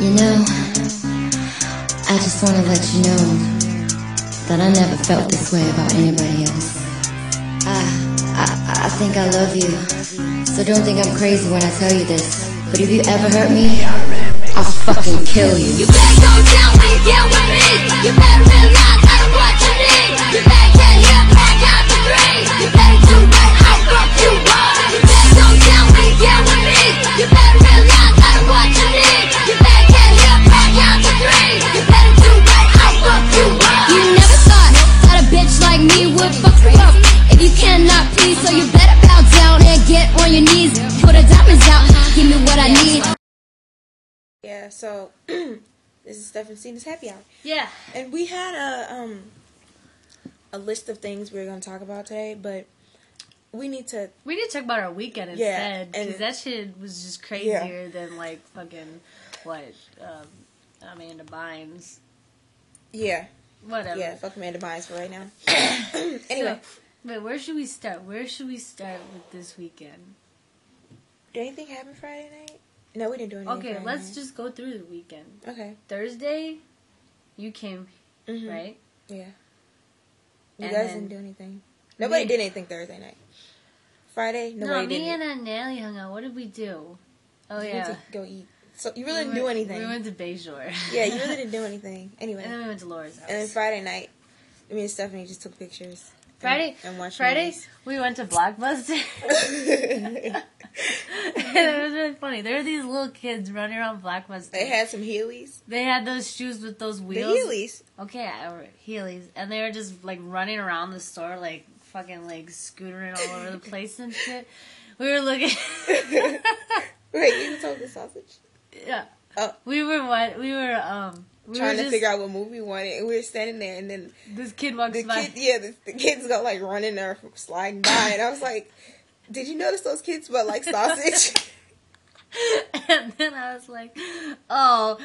You know, I just want to let you know that I never felt this way about anybody else. I, I, I think I love you, so don't think I'm crazy when I tell you this. But if you ever hurt me, I'll fucking kill you. You better go down when you get with me. You better realize I don't what you need. You better get here, back out the three. You better do right, I fuck you up. You better go down when you get with me. You better realize I don't what you need. You better get here, back out the three. You better do right, I fuck you up. You never thought that a bitch like me would fuck you up. If you cannot please, so you better bow down and get on your knees. Put the diamonds out, give me what I need. Yeah, so this is Stephen Cena's happy hour. Yeah. And we had a um a list of things we were gonna talk about today, but we need to We need to talk about our weekend Yeah, instead. Because and- that shit was just crazier than, like, fucking, what, um, Amanda Bynes. Yeah. Whatever. Yeah, fuck Amanda Bynes for right now. anyway, So, wait, where should we start? Where should we start with this weekend? did anything happen Friday night? No, we didn't do anything. Okay, Friday let's night. just go through the weekend. Okay. Thursday, you came, Mhm. right? Yeah. You And guys then- didn't do anything. Nobody Me- did anything Thursday night. Friday, No, nobody me did. and Aunt Nelly hung out. What did we do? Oh, We went yeah. to go eat. So you really We didn't do went- anything. We went to Bayshore. yeah, you really didn't do anything. Anyway, And then we went to Laura's house. and then Friday night, me and Stephanie just took pictures. and- Friday, and, watched Friday, movies. we went to Blockbuster. it was really funny. There were these little kids running around Blockbuster. They had some Heelys. They had those shoes with those The wheels. Heelys. Okay, I- or Heelys, and they were just like running around the store, like fucking like scootering all over the place and shit. We were looking. Wait, you told the sausage? yeah. Oh. We were what? We were um. We Trying were to just, figure out what movie we wanted. And we were standing there, and then This kid walks the by. kid, yeah, the, the kids go like running or sliding by, and I was like, "Did you notice those kids smell like sausage?" and then I was like, oh,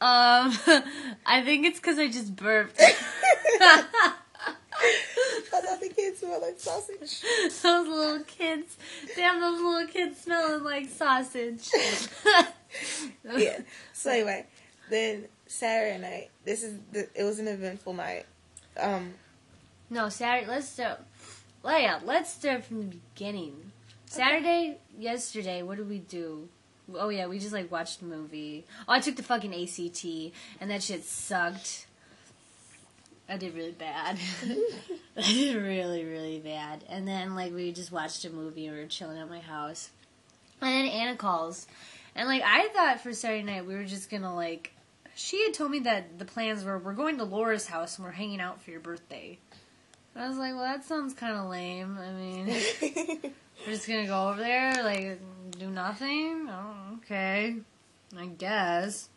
um, I think it's because I just burped. I thought the kids smell like sausage. those little kids, damn, those little kids smelling like sausage. Yeah. So anyway, then Saturday night. This is the, it was an eventful night. Um, No, Saturday, let's start. Well, yeah, let's start from the beginning. Saturday, yesterday, what did we do? Oh, yeah, we just, like, watched a movie. Oh, I took the fucking ACT, and that shit sucked. I did really bad. I did really, really bad. And then, like, we just watched a movie, and we were chilling at my house. And then Anna calls. And, like, I thought for Saturday night we were just gonna, like, she had told me that the plans were we're going to Laura's house and we're hanging out for your birthday. I was like, well, that sounds kind of lame. I mean, we're just gonna go over there, like, do nothing. Oh, okay, I guess.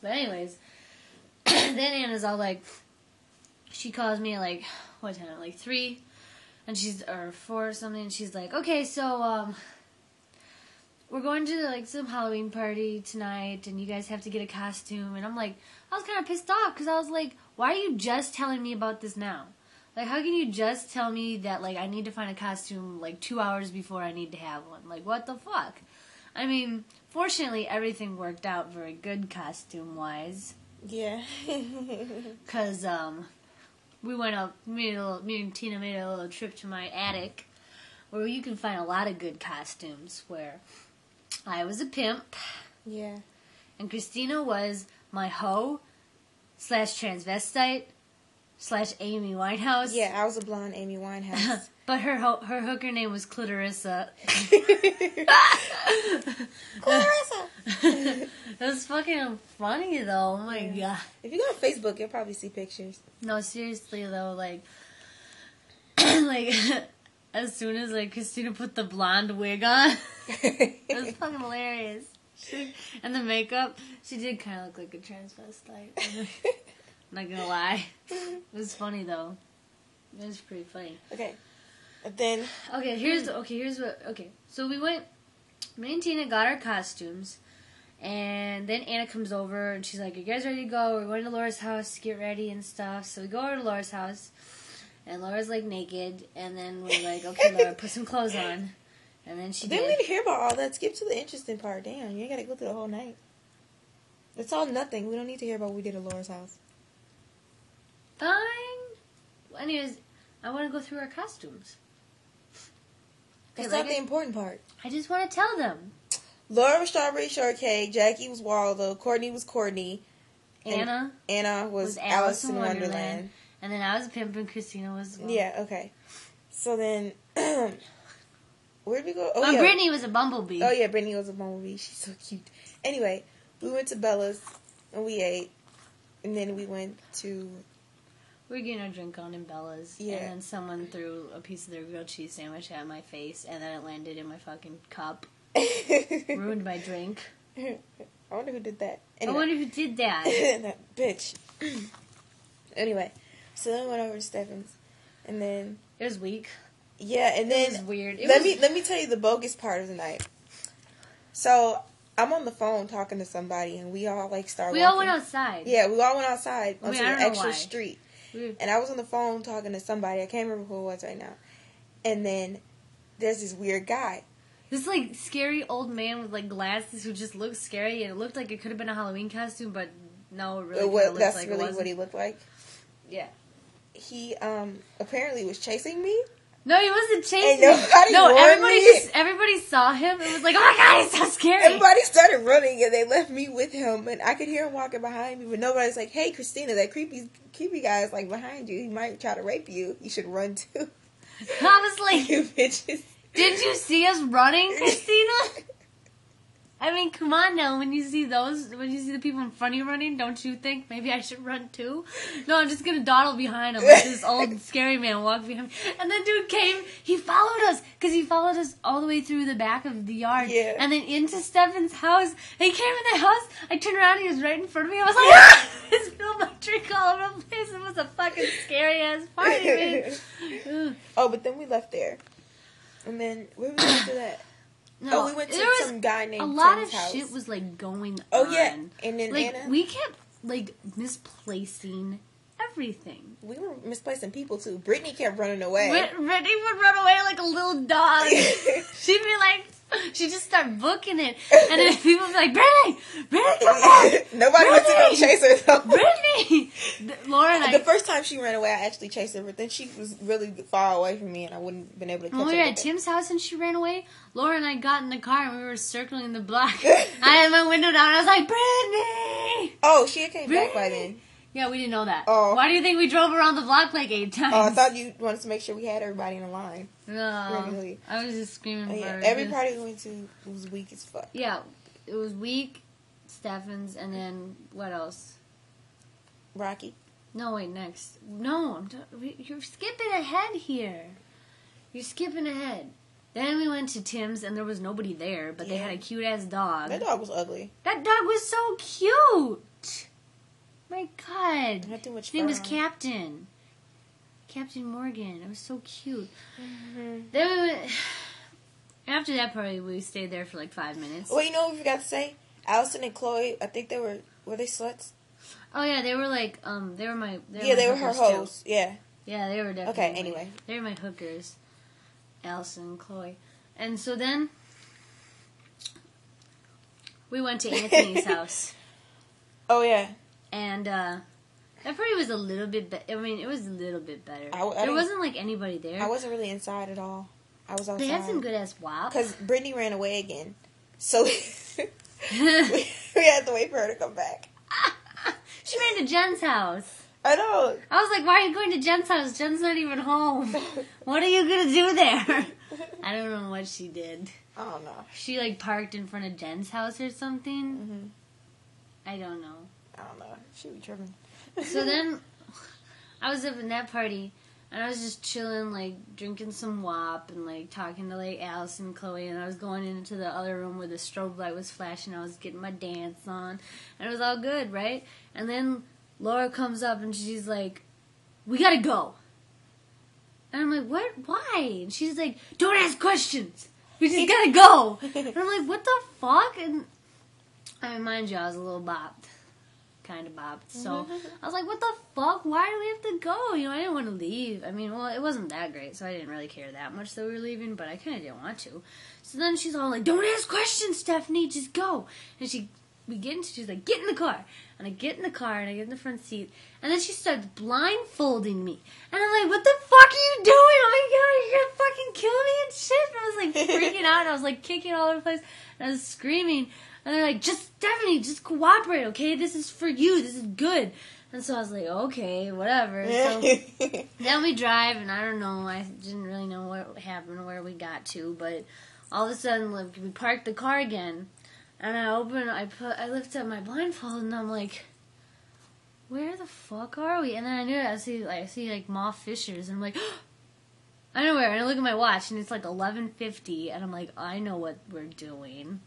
But anyways, then Anna's all like, she calls me at, like, what time? Like three, and she's or four or something. And she's like, okay, so um, we're going to like some Halloween party tonight, and you guys have to get a costume. And I'm like, I was kind of pissed off because I was like, why are you just telling me about this now? Like, how can you just tell me that like I need to find a costume like two hours before I need to have one? Like, what the fuck? I mean, fortunately, everything worked out very good costume wise yeah. because um, we went up. Me and, a little, me and Tina made a little trip to my attic, where you can find a lot of good costumes. Where I was a pimp, yeah. and Christina was my hoe slash transvestite slash Amy Winehouse. Yeah. I was a blonde Amy Winehouse. but her ho- her hooker name was Clitorissa. Clarissa. It was fucking funny though. Oh my god. If you go on Facebook, you'll probably see pictures. No, seriously though, like, like as soon as like Christina put the blonde wig on, it was fucking hilarious. She, and the makeup, she did kind of look like a transvestite. Not gonna lie, it was funny though. It was pretty funny. okay. And then Okay, here's okay. Here's what. Okay, so we went. Me and Tina got our costumes, and then Anna comes over and she's like, "You guys ready to go? We're going to Laura's house to get ready and stuff." So we go over to Laura's house, and Laura's like naked, and then we're like, "Okay, Laura, put some clothes on," and then she Then did. we didn't hear about all that. Skip to the interesting part. Damn, you ain't gotta go through the whole night. It's all nothing. We don't need to hear about what we did at Laura's house. Fine. Well, anyways, I want to go through our costumes. Okay, That's like not the I- important part. I just want to tell them. Laura was strawberry shortcake. Jackie was Waldo. Courtney was Courtney. And- Anna Anna was, was Alice in Wonderland. and then I was pimp, and Christina was well, Yeah. Okay. So then, where'd we go? Oh Well, yeah. Brittany was a bumblebee. Oh yeah, Brittany was a bumblebee. She's so cute. Anyway, we went to Bella's and we ate, and then we went to We We're getting a drink on in Bella's, Yeah. and then someone threw a piece of their grilled cheese sandwich at my face, and then it landed in my fucking cup, I ruined my drink. wonder who did that. I Anyway. wonder who did that. that bitch. anyway, so then we went over to Stefan's, and then It was weak. yeah, and It was then weird. It let was, me let me tell you the bogus part of the night. So I'm on the phone talking to somebody, and we all like start. we all walking- went outside. Yeah, we all went outside I onto mean, I an don't know extra why. Mm. street. We- And I was on the phone talking to somebody. I can't remember who it was right now. And then there's this weird guy. This like scary old man with like glasses who just looked scary and it looked like it could have been a Halloween costume, but no, it really Uh, kinda what, looked that's like it really was what he looked like. Yeah. He um apparently was chasing me. No, he wasn't chasing. Ain't nobody no, warned everybody me. just everybody saw him and was like, "Oh my god, he's so scary." Everybody started running, and they left me with him. And I could hear him walking behind me, but nobody's like, "Hey, Christina, that creepy creepy guy is like behind you. He might try to rape you. You should run too, I was like, you bitches." "Did you see us running, Christina?" I mean, come on now. When you see those, when you see the people in front of you running, don't you think maybe I should run too? No, I'm just gonna dawdle behind him. Let this old scary man walk behind me. And the dude came. He followed us because he followed us all the way through the back of the yard. Yeah. And then into Stefan's house. He came in the house. I turned around. He was right in front of me. I was like, ah! He spilled my drink all over the place. It was a fucking scary ass party, man. Ugh. Oh, but then we left there, and then where was after that? No, oh, we went to there was some guy named a lot Tim's of house. shit was like going Oh on. yeah, and then like Anna. we kept like misplacing everything. We were misplacing people too. Brittany kept running away. Whit- Whitney would run away like a little dog. She'd be like, she'd just start booking it, and then people would be like, Brittany, Brittany, come back, Nobody wants to go Brittany! chase her though. Brittany. Th- Laura and I, The first time she ran away, I actually chased her, but then she was really far away from me, and I wouldn't have been able to catch when we her. were at Tim's house and she ran away, Laura and I got in the car and we were circling the block. I had my window down. I was like, Brittany. oh, she had came back by Brittany! then. Yeah, we didn't know that. Oh. Why do you think we drove around the block like eight times? Oh, I thought you wanted to make sure we had everybody in a line. No, Really? I was just screaming. Oh, yeah. bird, Every just- party we went to was weak as fuck. Yeah, it was weak. Stephens, and then what else? Rocky. No, wait, next. No, I'm t- we- you're skipping ahead here. You're skipping ahead. Then we went to Tim's, and there was nobody there, but they Yeah. had a cute ass dog. That dog was ugly. That dog was so cute. My God, It had too much his name fur was on it. Captain. Captain Morgan. It was so cute. Mm-hmm. Then we went. After that party, we stayed there for like five minutes. Well, you know what we forgot to say? Allison and Chloe, I think they were, were they sluts? Oh yeah, they were like um, they were my Yeah, my they were her hookers, too. hoes. Yeah. Yeah, they were definitely. anyway. they were my hookers, Allison and Chloe, and so then we went to Anthony's house. Oh, yeah. and uh that party was a little bit better. I mean, it was a little bit better. I w- I there didn't- wasn't like anybody there. I wasn't really inside at all. I was outside. they had some good ass wop. because Brittany ran away again, so we, we had to wait for her to come back. she ran to Jen's house. I know. I was like, "Why are you going to Jen's house? Jen's not even home. What are you gonna do there?" I don't know what she did. I don't know. She like parked in front of Jen's house or something. I don't know. I don't know. She be tripping. So then I was up in that party and I was just chilling, like drinking some wop and like talking to like Alice and Chloe. And I was going into the other room where the strobe light was flashing. I was getting my dance on and it was all good, right? And then Laura comes up and she's like, We gotta go. And I'm like, What? Why? And she's like, Don't ask questions. We just gotta go. And I'm like, What the fuck? And I mean, mind you, I was a little bopped. Kind of bopped. So I was like, what the fuck? Why do we have to go? You know, I didn't want to leave. I mean, well, it wasn't that great, so I didn't really care that much that we were leaving, but I kind of didn't want to. So then she's all like, don't ask questions, Stephanie, just go. And she we get into she's like, get in the car. And I get in the car and I get in the front seat. And then she starts blindfolding me. And I'm like, what the fuck are you doing? Oh my god, you're gonna fucking kill me and shit. And I was like freaking out and I was like kicking all over the place and I was screaming. And they're like, just Stephanie, just cooperate, okay? This is for you, this is good. And so I was like, okay, whatever. So then we drive, and I don't know. I didn't really know what happened, where we got to, but all of a sudden, like, we parked the car again, and I open, I put, I lift up my blindfold, and I'm like, where the fuck are we? And then I knew it. I see, like, I see like Moth Fishers, and I'm like. I know where, and I look at my watch, and it's like eleven fifty, and I'm like, I know what we're doing,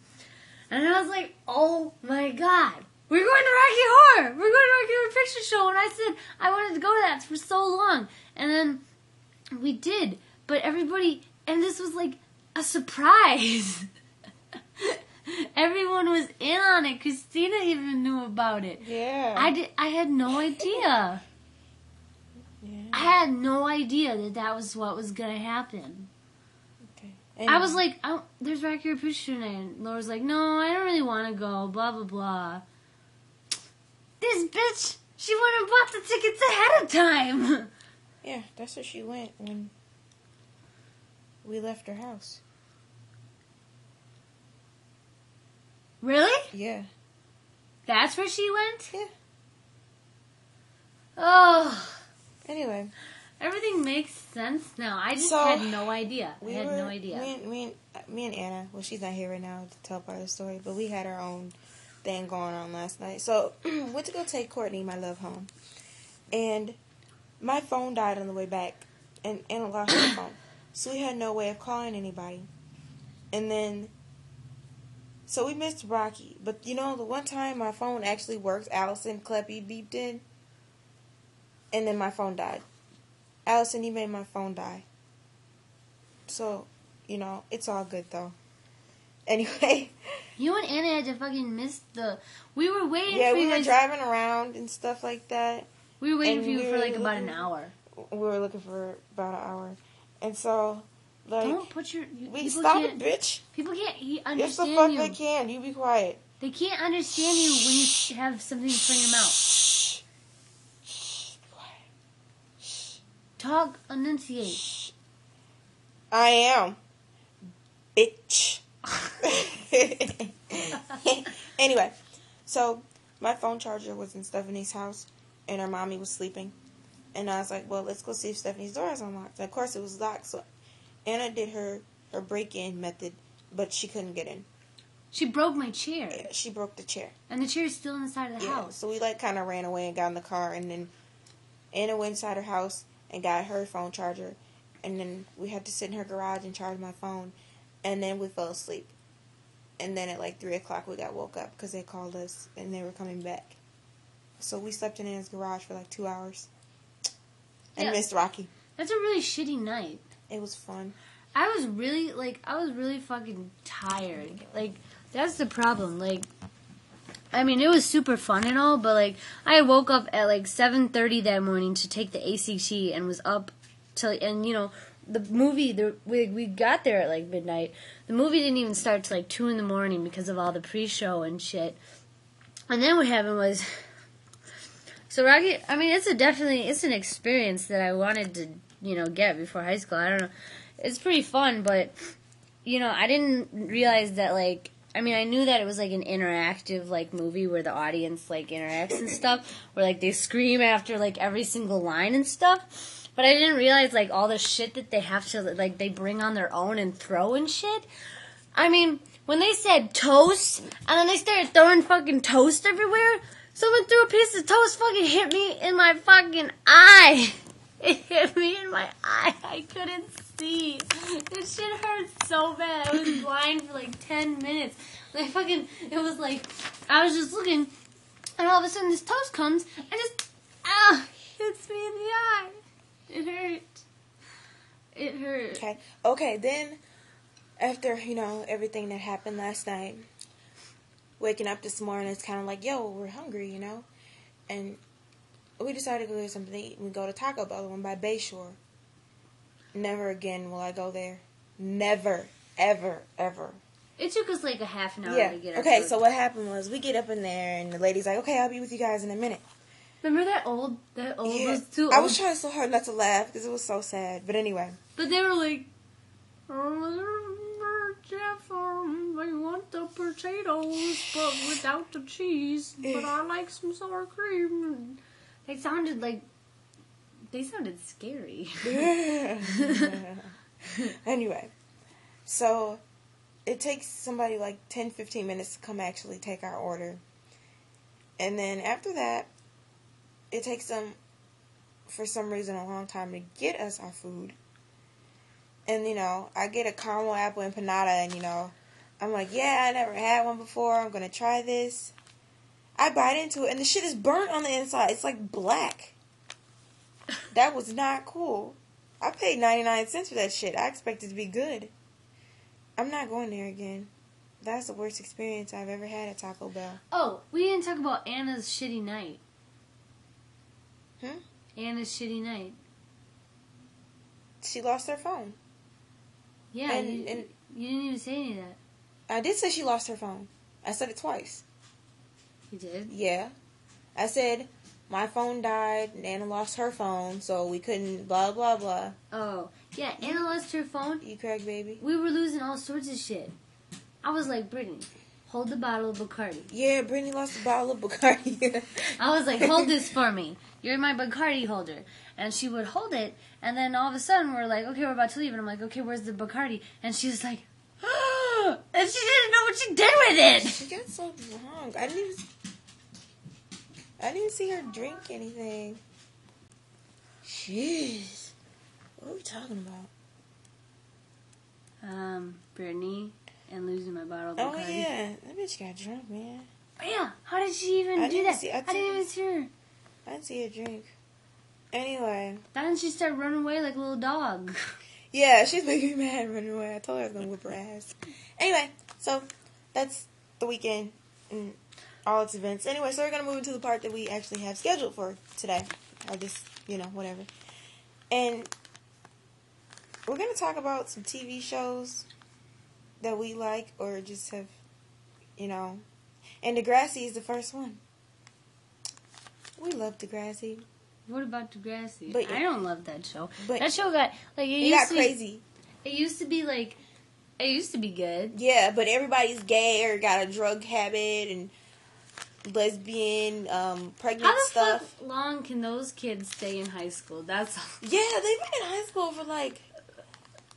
and I was like, Oh my god, we're going to Rocky Horror. We're going to Rocky Horror Picture Show. And I said I wanted to go to that for so long, and then we did. But everybody, and this was like a surprise. Everyone was in on it. Christina even knew about it. yeah. I did. I had no idea. I had no idea that that was what was gonna happen. And- I was like, oh, there's Rocky Horror Picture Show tonight. And Laura's like, no, I don't really want to go, blah, blah, blah. This bitch, she went and bought the tickets ahead of time. yeah, that's where she went when we left her house. really? Yeah. That's where she went? Yeah. Oh, Anyway, everything makes sense now. I just So, had no idea. we I had were, no idea. Me and, me and uh, me and Anna. Well, she's not here right now to tell part of the story, but we had our own thing going on last night. So went to go take Courtney, my love, home, and my phone died on the way back, and Anna lost her phone, so we had no way of calling anybody, and then. So we missed Rocky, but you know the one time my phone actually worked, Allison Kleppy beeped in, and then my phone died. Allison, you made my phone die. So, you know, it's all good though. Anyway, you and Anna had to fucking miss the. We were waiting yeah, for we you were guys- driving around and stuff like that. we were waiting and for you we for were like about an looking- hour. We were looking for about an hour, and so like Don't put your. You, we people, stop it, can't, bitch. people can't he- Yes, the understand fuck you. they can. You be quiet. They can't understand you when you have something in front of your mouth. Shh, shh, be quiet. Talk, enunciate. I am, bitch. anyway, so my phone charger was in Stephanie's house, and her mommy was sleeping. And I was like, "Well, let's go see if Stephanie's door is unlocked." And of course, it was locked. So Anna did her her break-in method, but she couldn't get in. She broke my chair, She broke the chair. and the chair is still inside of the Yeah. house. So we like kind of ran away and got in the car, and then Anna went inside her house and got her phone charger, and then we had to sit in her garage and charge my phone, and then we fell asleep, and then at like three o'clock we got woke up because they called us and they were coming back, so we slept in Anna's garage for like two hours, and Yeah. missed Rocky. That's a really shitty night. It was fun. I was really like, I was really fucking tired. Like, that's the problem. Like, I mean, it was super fun and all, but like, I woke up at like seven thirty that morning to take the ACT and was up till and you know the movie the we we got there at like midnight. The movie didn't even start till like two in the morning because of all the pre-show and shit. And then what happened was, so Rocky. I mean, it's a definitely it's an experience that I wanted to you know get before high school. I don't know. It's pretty fun, but you know, I didn't realize that like I mean, I knew that it was like an interactive like movie where the audience like interacts and stuff, where like they scream after like every single line and stuff. But I didn't realize like all the shit that they have to like they bring on their own and throw and shit. I mean, when they said toast and then they started throwing fucking toast everywhere, someone threw a piece of toast fucking hit me in my fucking eye. It hit me in my eye. I couldn't see. This shit hurt so bad. I was blind for like 10 minutes. Like fucking, it was like, I was just looking, and all of a sudden this toast comes, and just, ah, hits me in the eye. It hurt. It hurt. Okay. Okay, then after, you know, everything that happened last night, waking up this morning, it's kind of like, yo, we're hungry, you know? And we decided to go get something to eat. We go to Taco Bell, the one by Bayshore. Never again will I go there. Never, ever, ever. It took us like a half an hour yeah. to get our Okay, food. so what happened was we get up in there and the lady's like, "Okay, I'll be with you guys in a minute." remember that old that old Yeah. those two I old was trying so hard not to laugh because it was so sad. But anyway, But they were like, "Oh, "Remember, Jeff, um, I want the potatoes, but without the cheese. But I like some sour cream." Eh. They sounded like they sounded scary. anyway, so it takes somebody like 10, 15 minutes to come actually take our order, and then after that, it takes them for some reason a long time to get us our food. And you know, I get a caramel apple empanada, and you know, I'm like, yeah, I never had one before. I'm gonna try this. I bite into it, and the shit is burnt on the inside. It's like black. That was not cool. I paid 99 cents for that shit. I expected to be good. I'm not going there again. That's the worst experience I've ever had at Taco Bell. oh, we didn't talk about Anna's shitty night. Hmm? Anna's shitty night. She lost her phone. Yeah, And- you, and- you didn't even say any of that. I did say she lost her phone. I said it twice. You did. Yeah. I said my phone died and Anna lost her phone, so we couldn't blah blah blah. Oh, yeah. Anna lost her phone. You correct, baby? We were losing all sorts of shit. I was like, Brittany, hold the bottle of Bacardi. Yeah, Brittany lost a bottle of Bacardi. I was like, hold this for me. You're my Bacardi holder. And she would hold it, and then all of a sudden we're like, okay, we're about to leave. And I'm like, okay, where's the Bacardi? And she was like, "Ah!" and she didn't know what she did with She got so drunk. I didn't even I didn't see her drink anything. Jeez. What were we talking about? it. Um, Brittany and losing my bottle of Oh Bacardi. yeah. That bitch got drunk, man. Yeah, how did she even I do didn't that? see- I I, didn't didn't- even see her. I didn't see her drink. Anyway. Then she started running away like a little dog. Yeah, she's making me mad running away. I told her I was gonna whip her ass. Anyway, so that's the weekend and all its events. Anyway, so we're gonna move into the part that we actually have scheduled for today, or this, you know, whatever. And we're gonna talk about some TV shows that we like or just have, you know. And Degrassi is the first one. We love Degrassi, What about Degrassi? But- I don't love that show. but that show got like it, it used got to crazy. Be, it used to be like it used to be good. Yeah, but everybody's gay or got a drug habit and lesbian, um, pregnant How the stuff. fuck long can those kids stay in high school? That's all. Yeah, they've been in high school for like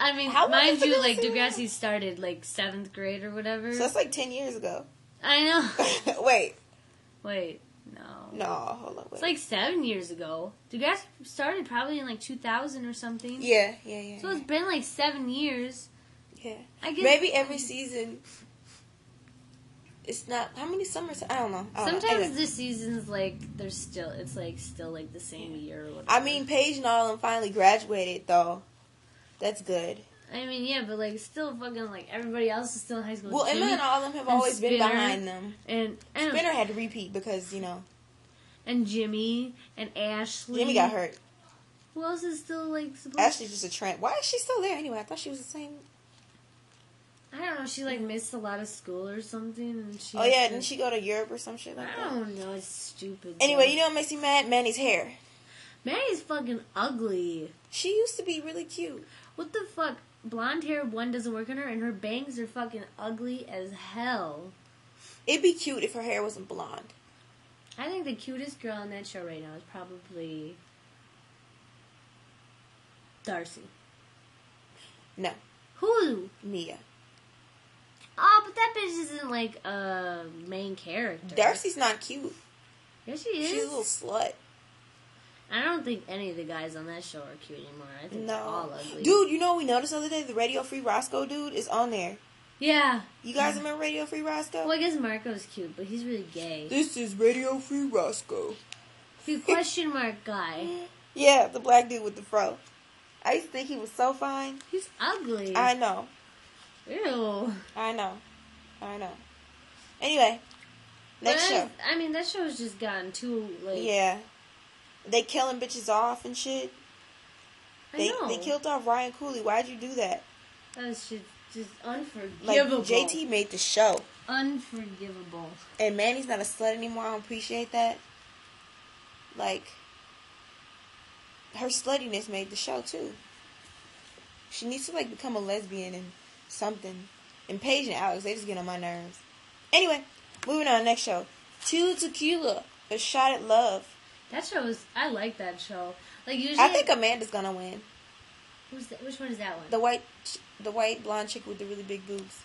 I mean, How long mind has it you, been like since- Degrassi started like seventh grade or whatever. so that's like ten years ago. I know. wait, Wait, no. no, hold on, wait. It's like seven years ago. Degrassi started probably in like 2000 or something. yeah, yeah, yeah, So it's been like seven years. yeah. I guess Maybe every season. It's not how many summers. I don't know. I don't know. sometimes oh, Anyway. the seasons like they're still it's like still like the same year or whatever. I mean, Paige and all them finally graduated though. That's good. I mean, yeah, but like still fucking like everybody else is still in high school. Well, Emma Jimmy and all them have and always been Spinner. behind them. and and, Spinner had to repeat because you know and Jimmy and Ashley. Jimmy got hurt. Who else is still like supposed? Ashley's just a tramp. Why is she still there anyway? I thought she was the same. I don't know. She like missed a lot of school or something, and she. Oh yeah, has didn't to- she go to Europe or some shit like I that? don't know. It's stupid. Anyway, you know what makes me mad? Manny's hair. Mary's fucking ugly. She used to be really cute. What the fuck? Blonde hair one doesn't work on her, and her bangs are fucking ugly as hell. It'd be cute if her hair wasn't blonde. I think the cutest girl on that show right now is probably Darcy. No, Who? Mia. Oh, but that bitch isn't like a main character. Darcy's not cute. Yeah, she is. She's a little slut. I don't think any of the guys on that show are cute anymore. I think they're all No, ugly. dude. You know what we noticed the other day the Radio Free Roscoe dude is on there. Yeah. You guys remember Radio Free Well, Roscoe? I guess Marco's cute, but he's really gay. This is Radio Free Roscoe. The question mark guy. Yeah, the black dude with the fro. I used to think he was so fine. He's ugly. I know. Ew. I know. I know. Anyway, next But I- show. I mean, that show's just gotten too like. Yeah. They killing bitches off and shit. I They know. they killed off Ryan Cooley. Why'd you do that? That was shit. Just unforgivable. Like JT made the show, Unforgivable. and Manny's not a slut anymore. I don't appreciate that. Like her sluttiness made the show too. She needs to like become a lesbian and something. Impatient Alex, they just get on my nerves. Anyway, moving on. Next show, Two Tequila, a shot at love. That show was. I like that show. Like usually, I think Amanda's gonna win. who's that, which one is that one? The white, ch- the white blonde chick with the really big boobs.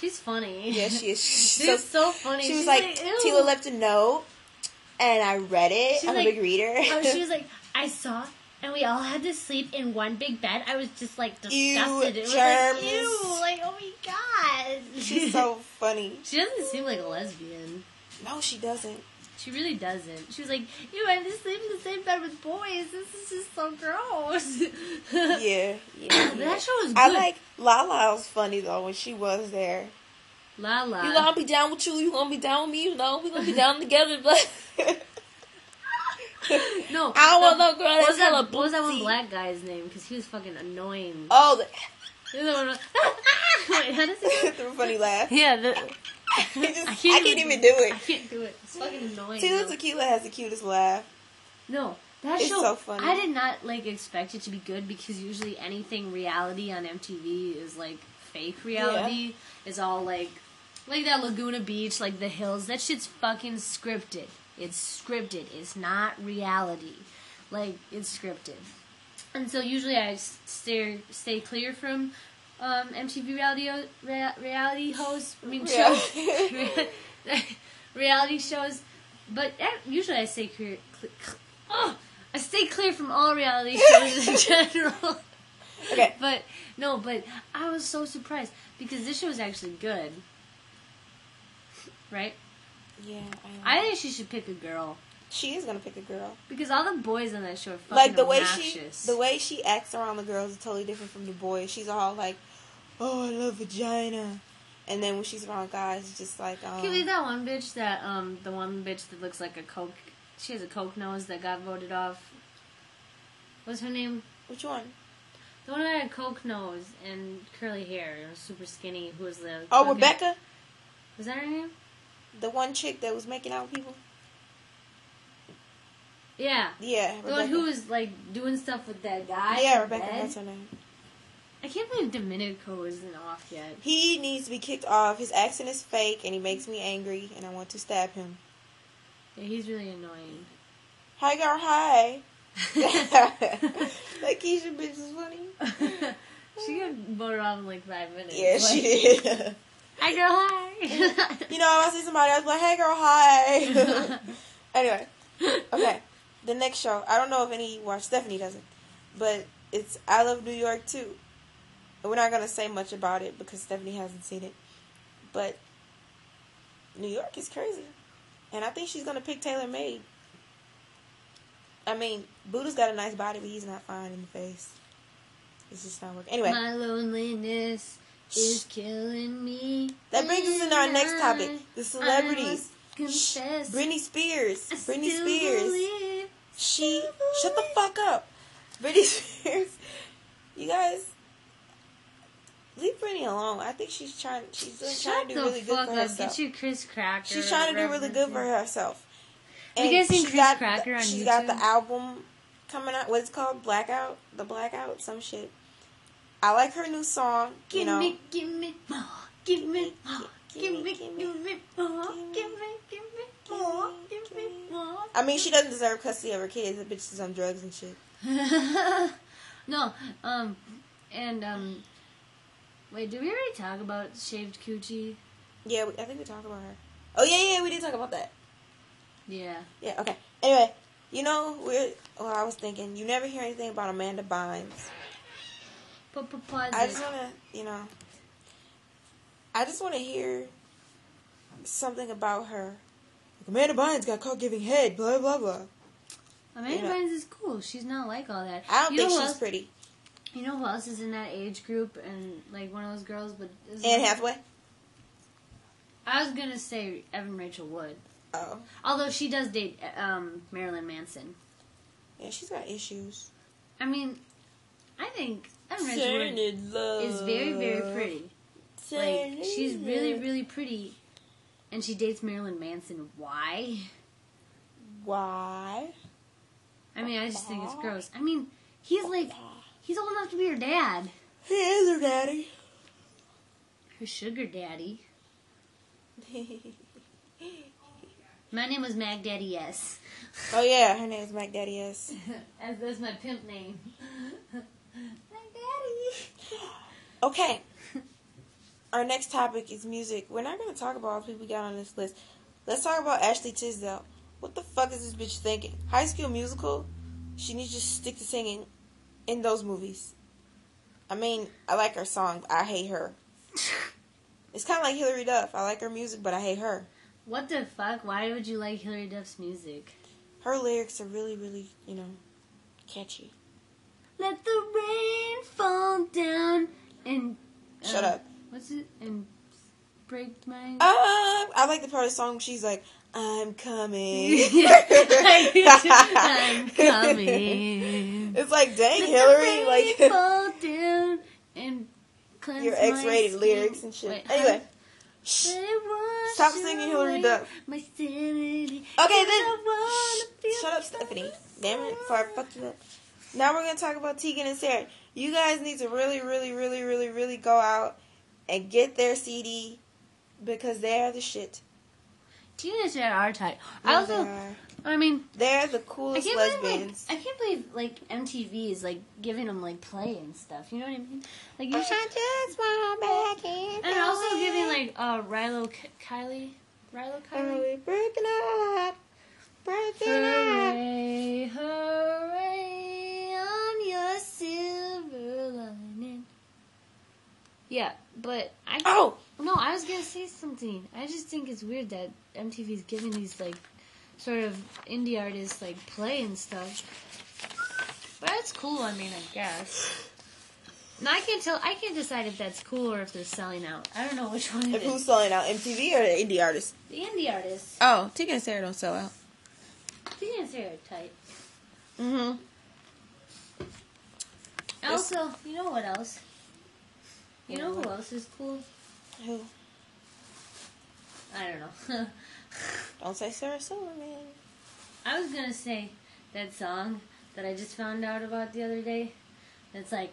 She's funny. Yeah, she is. She's She's so, funny. She She's was like, "Ew." Tila left a note, and I read it. She's I'm like- a big reader. Oh, she was like, I saw, and we all had to sleep in one big bed. I was just like Ew, disgusted. it germs. was like, ew, like oh my god. She's so funny. She doesn't seem like a lesbian. No, she doesn't. She really doesn't. She was like, ew, I had to sleep in the same bed with boys. This is just so gross. Yeah, yeah. yeah. that show was good. I like Lala was funny though when she was there. La La. You gonna be down with you? You gonna be down with me? You know we gonna be down together, but no, I don't want the- no girl What that's was, that, hella what was that one boozy. black guy's name? Because he was fucking annoying. oh, The other one was- Wait, how does he the, the funny laugh. Yeah, the, He just- I I can't, can't even, even- do I it. can't do it. It's fucking annoying. Tila though. Tequila has the cutest laugh. No, that It's show. so funny. I did not like expect it to be good because usually anything reality on MTV is like fake reality. Is all like like that Laguna Beach, like the hills. That shit's fucking scripted. It's scripted. It's not reality. Like it's scripted. And so usually I s- stay stay clear from um, MTV reality o- rea- reality hosts. I mean Yeah. shows, reality shows. But eh, usually I stay clear. Cl- cl- oh, I stay clear from all reality shows in general. Okay, But no, but I was so surprised because this show is actually good. Right? yeah, I, I think she should pick a girl she is gonna pick a girl. because all the boys on that show are fucking like the way obnoxious. she the way she acts around the girls is totally different from the boys. She's all like, "Oh, I love vagina," and then when she's around guys, it's just like, um, Can you believe that one bitch that um the one bitch that looks like a coke? She has a coke nose that got voted off. What's her name? "Which one?" The one that had a coke nose and curly hair and was super skinny. Who was the? Oh, fucking- Rebecca, Was that her name? the one chick that was making out with people. Yeah. Yeah, The one who was like doing stuff with that guy. yeah, in Rebecca. bed. That's her name. I can't believe Domenico isn't off yet. He needs to be kicked off. His accent is fake, and he makes me angry, and I want to stab him. Yeah, he's really annoying. Hi, girl. Hi. that Keisha bitch is funny. she got voted off in like five minutes. Yeah, she Like, did. Hi, girl. Hi. you know, if I see somebody else, like, "Hey, girl. Hi." anyway. Okay, the next show. I don't know if any watch. Stephanie doesn't, but it's I Love New York too. And we're not gonna say much about it because Stephanie hasn't seen it. But New York is crazy, and I think she's gonna pick Taylor Made. I mean, Buddha's got a nice body, but he's not fine in the face. It's just not working. Anyway, My loneliness is killing me. that brings us into our next topic: the I celebrities. must confess. Britney Spears. I Britney still Spears. believe. She shut the fuck up. Britney Spears. You guys leave Britney alone. I think she's trying she's doing, trying Shut to the do really good fuck for up. Get herself. you Chris Cracker. She's trying to do really good for references. herself. Have you guys seen Chris Cracker on She's got the YouTube? album coming out. What's it called? Blackout? The Blackout? Some shit. I like her new song. Give you know. me, give me more. Give me more. Give Give me, me, give give me, me more. give me, Give me, give me more. Give me more. I mean, she doesn't deserve custody of her kids. The bitch is on drugs and shit. no, um, and um, wait, did we already talk about shaved coochie? Yeah, we, I think we talked about her. Oh yeah, yeah, we did talk about that. Yeah. Yeah, okay. Anyway, you know, we're, well, I was thinking, you never hear anything about Amanda Bynes. I just P-p-positive. want to, you know, I just want to hear something about her. Like, Amanda Bynes got caught giving head, blah, blah, blah. Amanda you know. Bynes is cool. She's not like all that. I don't you think know she's who else, pretty. You know who else is in that age group and like one of those girls? But is- Anne Hathaway? I was gonna say Evan Rachel Wood, Oh. although she does date um, Marilyn Manson. Yeah, she's got issues. I mean, I think I Emerald's word in love. is very, very pretty. Like, she's really, really pretty. And she dates Marilyn Manson. Why? Why? I mean, I just think it's gross. I mean, he's like, he's old enough to be her dad. He is her daddy. Her sugar daddy. My name was Mag Daddy Yes. oh yeah, her name's Mac Daddy S. As that's my pimp name. Mag Daddy. Okay. Our next topic is music. We're not gonna talk about all the people we got on this list. Let's talk about Ashley Tisdale. What the fuck is this bitch thinking? High School Musical. She needs to just stick to singing in those movies. I mean, I like her songs. I hate her. It's kind of like Hillary Duff. I like her music, but I hate her. What the fuck? Why would you like Hillary Duff's music? Her lyrics are really, really, you know, catchy. Let the rain fall down and. Shut up. Uh, What's it? And break my. Um, I like the part of the song where she's like, "I'm coming." I'm coming. It's like, dang, Let the rain Hillary, like fall down and cleanse your my X-rated skin. lyrics and shit. Wait, anyway, huh? Let it wash Stop singing Hillary away Duff. My sanity. okay, Cause I then wanna feel shut up, the Stephanie. Damn it, before I fuck you up. Now we're gonna talk about Tegan and Sarah. You guys need to really, really, really, really, really go out and get their CD because they are the shit. Teenagers are tight. I Yeah, also, they are. I mean, they're the I coolest can't believe lesbians. like, I can't believe like MTV is like giving them like play and stuff. You know what I mean? Like you should, just want back in. and also giving like uh Rilo K- Kylie, Rilo Are Kylie. we breaking up? Breaking up. Hooray, hooray on your silver lining. Yeah, but I Oh, No, I was gonna say something. I just think it's weird that MTV's giving these like sort of indie artists like play and stuff. But that's cool. I mean, I guess. No, I can't tell. I can't decide if that's cool or if they're selling out. I don't know which one it if who's is. selling out, MTV or the indie artists? The indie artists, Oh, Tegan and Sarah don't sell out. they didn't say they're tight. Mm-hmm. Yes. Also, you know what else? You know who else is cool? Who? I don't know. Don't say Sarah Silverman. I was gonna say that song that I just found out about the other day. That's like.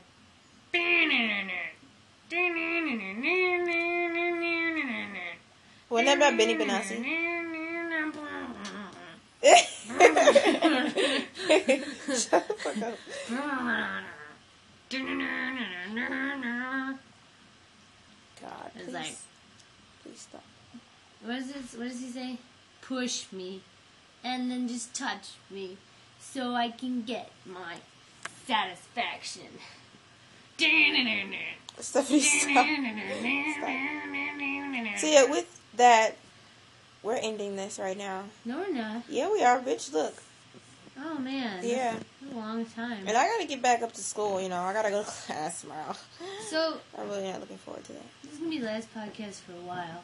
Wasn't Wasn't that about Benny Benassi? Shut the fuck up. God, It's please, like- please stop. What is this? What does he say? Push me, and then just touch me, so I can get my satisfaction. Stephanie, stop. So yeah, with that, we're ending this right now. No, we're not. Yeah, we are, bitch. Look. Oh man. Yeah. A long time. And I gotta get back up to school, you know. I gotta go to class tomorrow. So I'm really not looking forward to that. this is gonna be the last podcast for a while.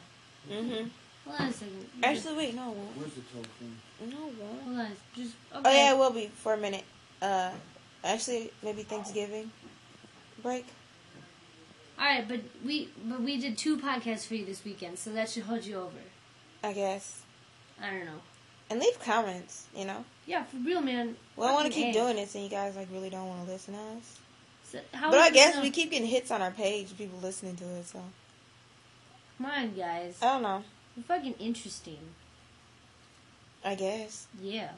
Mm-hmm. Hold on a second. Actually, wait, no, it won't. Where's the telephone? No, it won't. hold on. Just okay. Oh, yeah, it will be for a minute. Uh, actually, maybe Thanksgiving break. All right, but we but we did two podcasts for you this weekend, so that should hold you over. I guess. I don't know. And leave comments, you know. Yeah, for real, man. We don't want to Fucking keep A. doing this, and you guys like really don't want to listen to us. So how But I is this guess gonna- we keep getting hits on our page, people listening to it. So Come on, guys. I don't know. We're fucking interesting. I guess. Yeah.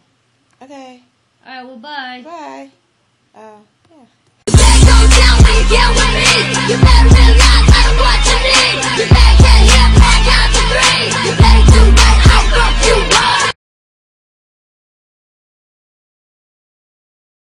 Okay. All right. Well, bye. Bye. Oh. Back on down, we get with it. You better